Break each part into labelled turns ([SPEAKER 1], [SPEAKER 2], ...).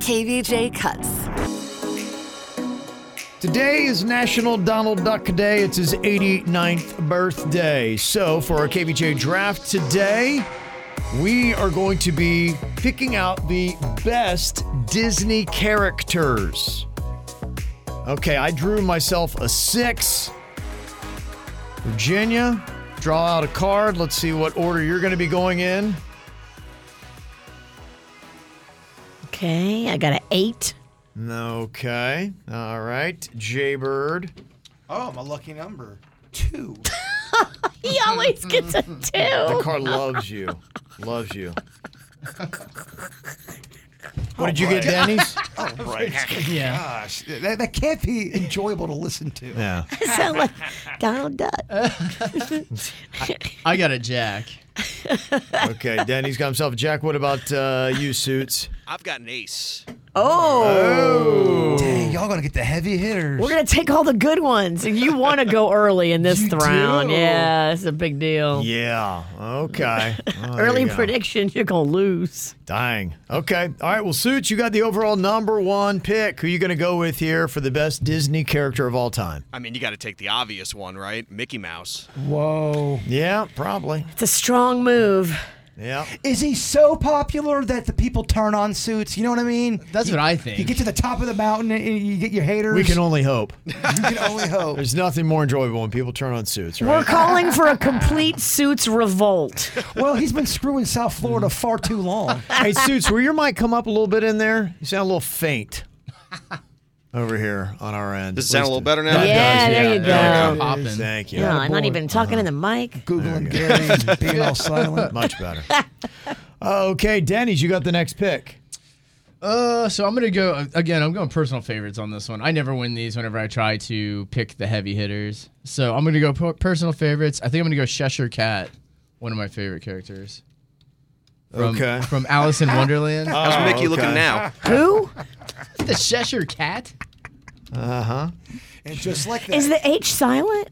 [SPEAKER 1] KVJ Cuts.
[SPEAKER 2] Today is National Donald Duck Day. It's his 89th birthday. So, for our KVJ draft today, we are going to be picking out the best Disney characters. Okay, I drew myself a six. Virginia, draw out a card. Let's see what order you're going to be going in.
[SPEAKER 3] Okay, I got an eight.
[SPEAKER 2] Okay, all right. Jaybird,
[SPEAKER 4] Oh, my lucky number. Two.
[SPEAKER 3] He always gets a two.
[SPEAKER 2] the car loves you. Loves you. What did you get, Denny's?
[SPEAKER 4] Oh, right. yeah. Gosh, that, that can't be enjoyable to listen to.
[SPEAKER 2] Yeah.
[SPEAKER 3] I sound like Donald Duck.
[SPEAKER 5] I got a jack.
[SPEAKER 2] Okay, Denny's got himself a jack. What about uh, you, Suits?
[SPEAKER 6] I've got an ace.
[SPEAKER 4] Dang, y'all gonna get the heavy hitters.
[SPEAKER 3] We're gonna take all the good ones. You want to go early in this
[SPEAKER 2] You
[SPEAKER 3] round?
[SPEAKER 2] do.
[SPEAKER 3] Yeah, it's a big deal.
[SPEAKER 2] Yeah. Okay. Oh, there
[SPEAKER 3] Early
[SPEAKER 2] you go.
[SPEAKER 3] prediction, you're gonna lose.
[SPEAKER 2] Dang. Okay. All right. Well, Suits, you got the overall number one pick. Who you going to go with here for the best Disney character of all time?
[SPEAKER 6] I mean, you got to take the obvious one, right? Mickey Mouse.
[SPEAKER 4] Whoa.
[SPEAKER 2] Yeah, probably.
[SPEAKER 3] It's a strong move.
[SPEAKER 2] Yeah.
[SPEAKER 4] Is he so popular that the people turn on suits? You know what I mean?
[SPEAKER 5] That's
[SPEAKER 4] You-
[SPEAKER 5] what I
[SPEAKER 4] You
[SPEAKER 5] think.
[SPEAKER 4] get to the top of the mountain and you get your haters.
[SPEAKER 2] We can only hope.
[SPEAKER 4] you can only hope.
[SPEAKER 2] There's nothing more enjoyable when people turn on Suits,
[SPEAKER 3] We're
[SPEAKER 2] right?
[SPEAKER 3] calling for a complete suits revolt.
[SPEAKER 4] Well, he's been screwing South Florida far too long.
[SPEAKER 2] hey, Suits, will your mic come up a little bit in there? You sound a little faint over here on our end.
[SPEAKER 6] Does it
[SPEAKER 2] At
[SPEAKER 6] sound a
[SPEAKER 2] least-
[SPEAKER 6] little better now?
[SPEAKER 3] Yeah, there you
[SPEAKER 5] Yeah.
[SPEAKER 3] go.
[SPEAKER 5] Popping.
[SPEAKER 2] Thank you.
[SPEAKER 3] Yeah, I'm not even talking in the mic.
[SPEAKER 4] Googling Gary and being all silent.
[SPEAKER 2] Much better. okay, Denny's, you got the next pick.
[SPEAKER 5] Uh, so I'm gonna go again. I'm going personal favorites on this one. I never win these whenever I try to pick the heavy hitters. So I'm gonna go per- personal favorites. I think I'm gonna go Cheshire Cat, one of my favorite characters. From,
[SPEAKER 2] Okay.
[SPEAKER 5] From Alice in Wonderland.
[SPEAKER 6] How's
[SPEAKER 2] Oh,
[SPEAKER 6] Mickey
[SPEAKER 2] okay.
[SPEAKER 6] looking now?
[SPEAKER 3] Who
[SPEAKER 5] the Cheshire Cat.
[SPEAKER 4] And just like that,
[SPEAKER 3] is the H silent?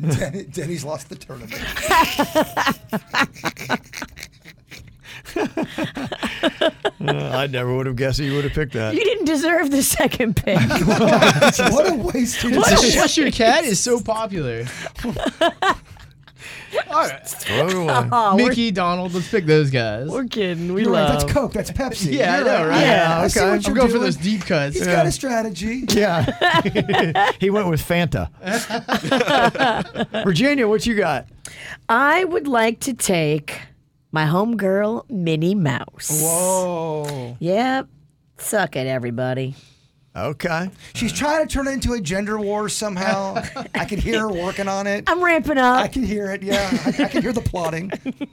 [SPEAKER 4] Den- Denny's lost the tournament.
[SPEAKER 2] Uh, I never would have guessed that you would have picked that.
[SPEAKER 3] You didn't deserve the second pick.
[SPEAKER 4] what a wasted
[SPEAKER 5] The Cheshire Cat is so popular. All right.
[SPEAKER 2] Throw it away.
[SPEAKER 3] Oh, we're,
[SPEAKER 5] Mickey, Donald, let's pick those guys.
[SPEAKER 3] we're kidding. We
[SPEAKER 4] You're right,
[SPEAKER 3] love.
[SPEAKER 4] that's Coke. That's Pepsi.
[SPEAKER 5] Yeah, I
[SPEAKER 4] You're
[SPEAKER 5] know, right?
[SPEAKER 4] Yeah, I
[SPEAKER 2] Yeah,
[SPEAKER 4] see
[SPEAKER 2] okay.
[SPEAKER 4] what
[SPEAKER 2] I'm
[SPEAKER 4] you're
[SPEAKER 5] I'm going for
[SPEAKER 4] doing.
[SPEAKER 5] those deep cuts.
[SPEAKER 4] He's got a strategy.
[SPEAKER 2] Yeah. he went with Fanta. Virginia, what you got?
[SPEAKER 3] I would like to take my homegirl, Minnie Mouse.
[SPEAKER 4] Whoa.
[SPEAKER 3] Yep. Suck it, everybody.
[SPEAKER 2] Okay.
[SPEAKER 4] She's trying to turn it into a gender war somehow. I can hear her working on it.
[SPEAKER 3] I'm ramping
[SPEAKER 4] I
[SPEAKER 3] up.
[SPEAKER 4] can hear it. Yeah, I, I can hear the plotting.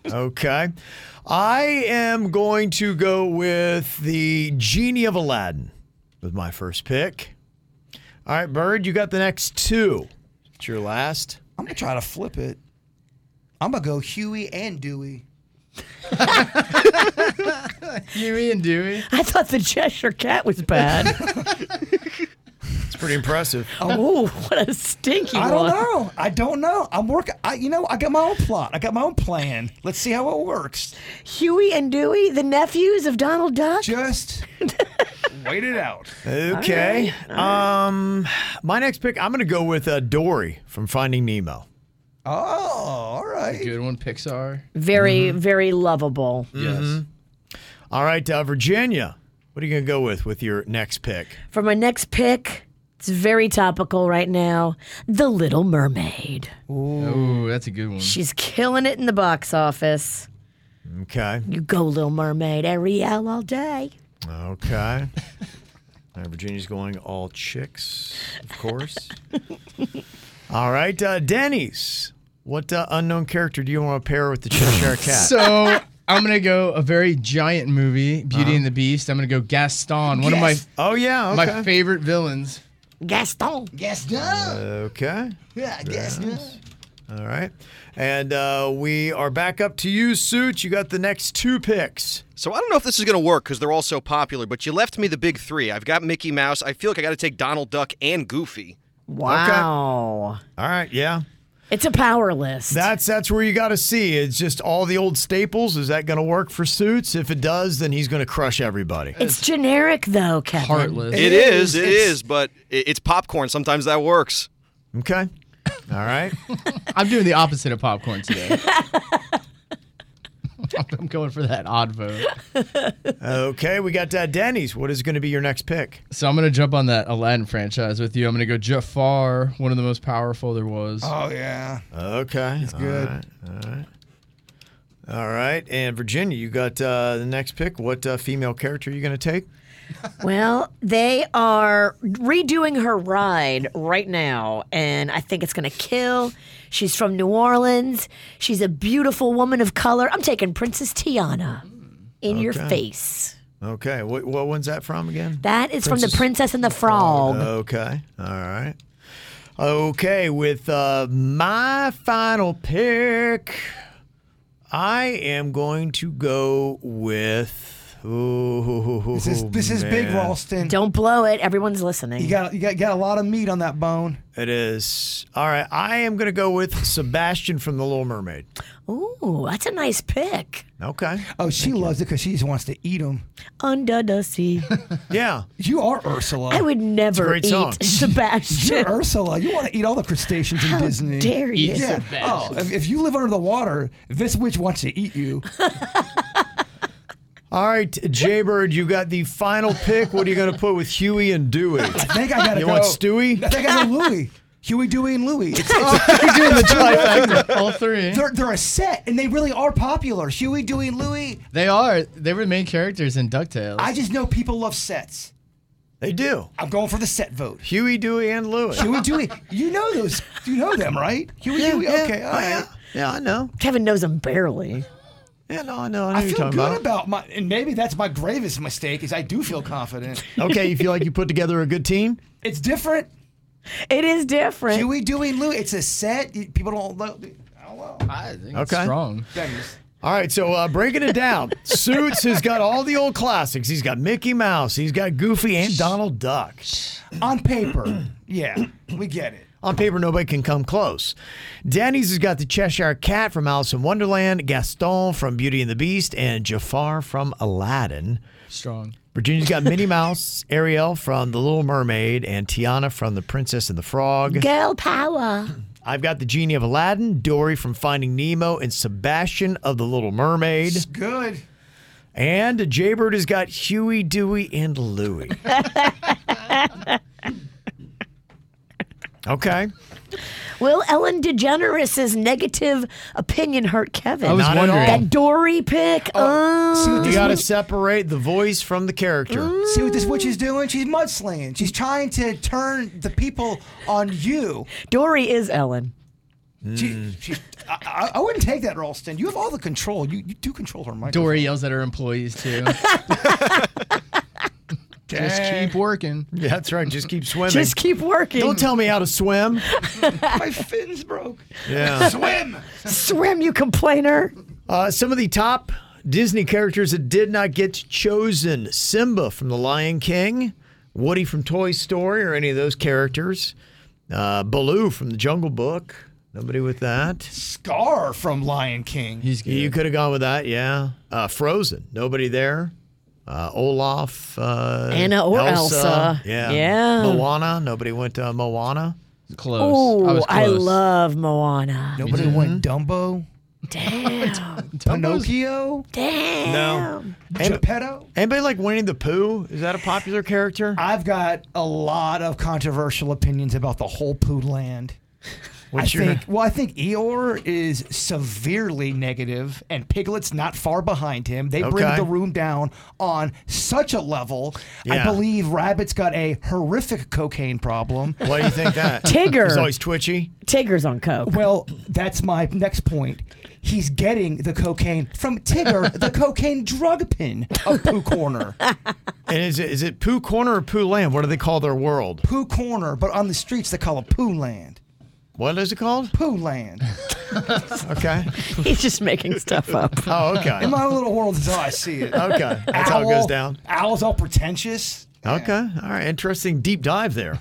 [SPEAKER 2] Okay. I am going to go with the Genie of Aladdin with my first pick. All right, Bird, you got the next two. It's your last.
[SPEAKER 4] I'm gonna try to flip it. I'm gonna go Huey and Dewey.
[SPEAKER 5] Huey and Dewey.
[SPEAKER 3] I thought the Cheshire Cat was bad.
[SPEAKER 2] It's pretty impressive.
[SPEAKER 3] oh, what a stinky
[SPEAKER 4] I don't
[SPEAKER 3] one.
[SPEAKER 4] know. I don't know. I'm working. I, you know, I got my own plot. I got my own plan. Let's see how it works.
[SPEAKER 3] Huey and Dewey, the nephews of Donald Duck.
[SPEAKER 4] Just wait it out.
[SPEAKER 2] Okay. Um, my next pick, I'm going to go with uh, Dory from Finding Nemo.
[SPEAKER 4] Oh, all right.
[SPEAKER 5] Good one, Pixar.
[SPEAKER 4] Mm-hmm. Mm.
[SPEAKER 3] Very, very lovable.
[SPEAKER 5] Yes.
[SPEAKER 2] All right, uh, Virginia, What are you going to go with with your next pick?
[SPEAKER 3] For my next pick, it's very topical right now The Little Mermaid.
[SPEAKER 2] Mm-hmm.
[SPEAKER 5] Oh, that's a good one.
[SPEAKER 3] She's killing it in the box office.
[SPEAKER 2] Okay.
[SPEAKER 3] You go, Little Mermaid, Ariel all day.
[SPEAKER 2] Okay. Now Virginia's going all chicks, of course. all right, uh, Denny's. What uh, unknown character do you want to pair with the Cheshire Cat?
[SPEAKER 5] So I'm gonna go a very giant movie, Beauty and the Beast. I'm gonna go Gaston, one
[SPEAKER 4] Yes.
[SPEAKER 5] of
[SPEAKER 2] oh yeah,
[SPEAKER 5] my
[SPEAKER 2] okay.
[SPEAKER 5] my favorite villains.
[SPEAKER 3] Gaston.
[SPEAKER 4] Guess not.
[SPEAKER 2] okay.
[SPEAKER 4] Yeah, guess not.
[SPEAKER 2] All right. And uh, we are back up to you, Suits. You got the next two picks.
[SPEAKER 6] So I don't know if this is going to work because they're all so popular, but you left me the big three. I've got Mickey Mouse. I feel like I got to take Donald Duck and Goofy.
[SPEAKER 3] Wow.
[SPEAKER 2] All right, yeah.
[SPEAKER 3] It's a power list.
[SPEAKER 2] That's that's where you got to see. It's just all the old staples. Is that going to work for Suits? If it does, then he's going to crush everybody.
[SPEAKER 3] it's generic, though, Kevin.
[SPEAKER 5] Heartless.
[SPEAKER 6] it is, it is, but i- it's popcorn. Sometimes that works.
[SPEAKER 2] Okay. All right.
[SPEAKER 5] I'm doing the opposite of popcorn today. I'm going for that odd vote.
[SPEAKER 2] Okay, we got uh, Denny's. What is going to be your next pick?
[SPEAKER 5] So I'm gonna jump on that Aladdin franchise with you. I'm gonna go Jafar, one of the most powerful there was.
[SPEAKER 4] Oh yeah.
[SPEAKER 2] Okay, it's
[SPEAKER 4] good.
[SPEAKER 2] All right. All right. All right. And Virginia, you got uh, the next pick. What uh, female character are you going to take?
[SPEAKER 3] Well, they are redoing her ride right now, and I think it's going to kill. She's from New Orleans. She's a beautiful woman of color. I'm taking Princess Tiana in your face.
[SPEAKER 2] Okay. What, what one's that from again?
[SPEAKER 3] That is from The Princess and the Frog.
[SPEAKER 2] Okay. All right. Okay. With uh, my final pick, I am going to go with. Oh, Ooh,
[SPEAKER 4] This is this is big
[SPEAKER 2] man.
[SPEAKER 4] Ralston.
[SPEAKER 3] Don't blow it. Everyone's
[SPEAKER 4] uh, You
[SPEAKER 3] listening.
[SPEAKER 4] got you got, got a lot of meat on that bone.
[SPEAKER 2] It is. All right. I am going to go with Sebastian from The Little Mermaid.
[SPEAKER 3] Ooh, that's a nice pick.
[SPEAKER 2] Okay.
[SPEAKER 4] Oh, she loves it because she just wants to eat them.
[SPEAKER 3] Under the sea.
[SPEAKER 2] Yeah.
[SPEAKER 4] You are Ursula.
[SPEAKER 3] I would never
[SPEAKER 2] great
[SPEAKER 3] eat
[SPEAKER 2] song.
[SPEAKER 3] Sebastian.
[SPEAKER 4] You're Ursula. You want to eat all the crustaceans in
[SPEAKER 3] How
[SPEAKER 4] Disney.
[SPEAKER 3] dare you?
[SPEAKER 4] Yeah. Oh, if, if you live under the water, this witch wants to eat you.
[SPEAKER 2] All right, Jaybird, you got the final pick. What are you going to put with Huey and Dewey?
[SPEAKER 4] I think I gotta
[SPEAKER 2] You
[SPEAKER 4] go.
[SPEAKER 2] want Stewie?
[SPEAKER 4] I think I go Louie. Huey, Dewey, and Louie. It's, it's,
[SPEAKER 2] Oh.
[SPEAKER 5] All three.
[SPEAKER 4] they're, they're a set, and they really are popular. Huey, Dewey, and Louie.
[SPEAKER 5] They are. They were the main characters in DuckTales.
[SPEAKER 4] I just know people love sets.
[SPEAKER 2] They do.
[SPEAKER 4] I'm going for the set vote.
[SPEAKER 2] Huey, Dewey, and Louie.
[SPEAKER 4] Huey, Dewey. You know those. You know them, right? Huey, Dewey. Oh, Okay,
[SPEAKER 3] Oh,
[SPEAKER 4] all right.
[SPEAKER 2] Yeah, I know.
[SPEAKER 3] Kevin knows him barely.
[SPEAKER 2] Yeah, no, I know. I know
[SPEAKER 4] I
[SPEAKER 2] who you're
[SPEAKER 4] feel good
[SPEAKER 2] talking
[SPEAKER 4] about. my, and maybe that's my gravest mistake is I do feel confident.
[SPEAKER 2] Okay, you feel like you put together a good team?
[SPEAKER 4] it's different.
[SPEAKER 3] It is different.
[SPEAKER 4] Huey, Dewey, and Louie. It's a set. You- People don't. lo- I don't know.
[SPEAKER 5] I think it's
[SPEAKER 2] Okay.
[SPEAKER 5] strong.
[SPEAKER 4] Denny's.
[SPEAKER 2] All right, so uh, breaking it down, Suits has got all the old classics. He's got Mickey Mouse, he's got Goofy, and Donald Duck.
[SPEAKER 4] On paper, yeah, we get it.
[SPEAKER 2] On paper, nobody can come close. Danny's has got the Cheshire Cat from Alice in Wonderland, Gaston from Beauty and the Beast, and Jafar from Aladdin.
[SPEAKER 5] Strong.
[SPEAKER 2] Virginia's got Minnie Mouse, Ariel from The Little Mermaid, and Tiana from The Princess and the Frog.
[SPEAKER 3] Girl power.
[SPEAKER 2] I've got the Genie of Aladdin, Dory from Finding Nemo, and Sebastian of The Little Mermaid.
[SPEAKER 4] It's good.
[SPEAKER 2] And Jaybird has got Huey, Dewey, and Louie. okay.
[SPEAKER 3] Will Ellen DeGeneres' negative opinion hurt Kevin?
[SPEAKER 5] I was
[SPEAKER 2] Not at
[SPEAKER 5] wondering.
[SPEAKER 2] all.
[SPEAKER 3] that Dory pick. Oh,
[SPEAKER 4] See what
[SPEAKER 2] You
[SPEAKER 4] this
[SPEAKER 2] got to
[SPEAKER 4] witch,
[SPEAKER 2] separate the voice from the character.
[SPEAKER 3] Mm.
[SPEAKER 4] see what this witch is doing? She's mudslinging. She's trying to turn the people on you.
[SPEAKER 3] uh, Dory is Ellen.
[SPEAKER 4] She, she, I, I- I wouldn't take that, Ralston. You have all the control. You, you do control her microphone.
[SPEAKER 5] Dory yells at her employees too. Just keep working.
[SPEAKER 2] Yeah, that's right. Just keep swimming.
[SPEAKER 3] Just keep working.
[SPEAKER 2] Don't tell me how to swim.
[SPEAKER 4] My fins broke.
[SPEAKER 2] Yeah.
[SPEAKER 4] Swim.
[SPEAKER 3] Swim, you complainer.
[SPEAKER 2] Uh, some of the top Disney characters that did not get chosen Simba from The Lion King, Woody from Toy Story, or any of those characters, uh, Baloo from The Jungle Book. Nobody with that.
[SPEAKER 4] Scar from Lion King.
[SPEAKER 5] He's good.
[SPEAKER 2] You could have gone with that, yeah. Uh, Frozen, nobody there. Uh, Olaf, uh,
[SPEAKER 3] Anna or Elsa.
[SPEAKER 2] Yeah.
[SPEAKER 3] Yeah.
[SPEAKER 2] Moana, nobody went to Moana.
[SPEAKER 5] Close. I
[SPEAKER 3] Oh,
[SPEAKER 5] was
[SPEAKER 3] I,
[SPEAKER 5] close.
[SPEAKER 3] love Moana.
[SPEAKER 4] Mm-hmm. Nobody went Dumbo.
[SPEAKER 3] Damn.
[SPEAKER 4] Pinocchio?
[SPEAKER 3] Damn.
[SPEAKER 2] No.
[SPEAKER 4] Geppetto?
[SPEAKER 2] Anybody like Winnie the Pooh? Is that a popular character?
[SPEAKER 4] I've got a lot of controversial opinions about the whole poo land.
[SPEAKER 2] What's
[SPEAKER 4] I
[SPEAKER 2] your-
[SPEAKER 4] think, well, I think Eeyore is severely negative, and Piglet's not far behind him. They bring
[SPEAKER 2] Okay.
[SPEAKER 4] the room down on such a level.
[SPEAKER 2] Yeah.
[SPEAKER 4] I believe Rabbit's got a horrific cocaine problem.
[SPEAKER 2] Why do you think that?
[SPEAKER 3] Tigger.
[SPEAKER 2] He's always twitchy.
[SPEAKER 3] Tigger's on coke.
[SPEAKER 4] Well, that's my next point. He's getting the cocaine from Tigger, the cocaine drug pin of Pooh Corner.
[SPEAKER 2] And is it is it Pooh Corner or Pooh Land? What do they call their world?
[SPEAKER 4] Pooh Corner, but on the streets they call it Pooh Land.
[SPEAKER 2] What is it called?
[SPEAKER 4] Pooh Land.
[SPEAKER 2] Okay.
[SPEAKER 3] He's just making stuff up.
[SPEAKER 2] Oh, okay.
[SPEAKER 4] In my little world is how I see it.
[SPEAKER 2] Okay. That's how it
[SPEAKER 4] Owl-
[SPEAKER 2] goes down.
[SPEAKER 4] Owl's all pretentious.
[SPEAKER 2] Okay. All right. Interesting deep dive there.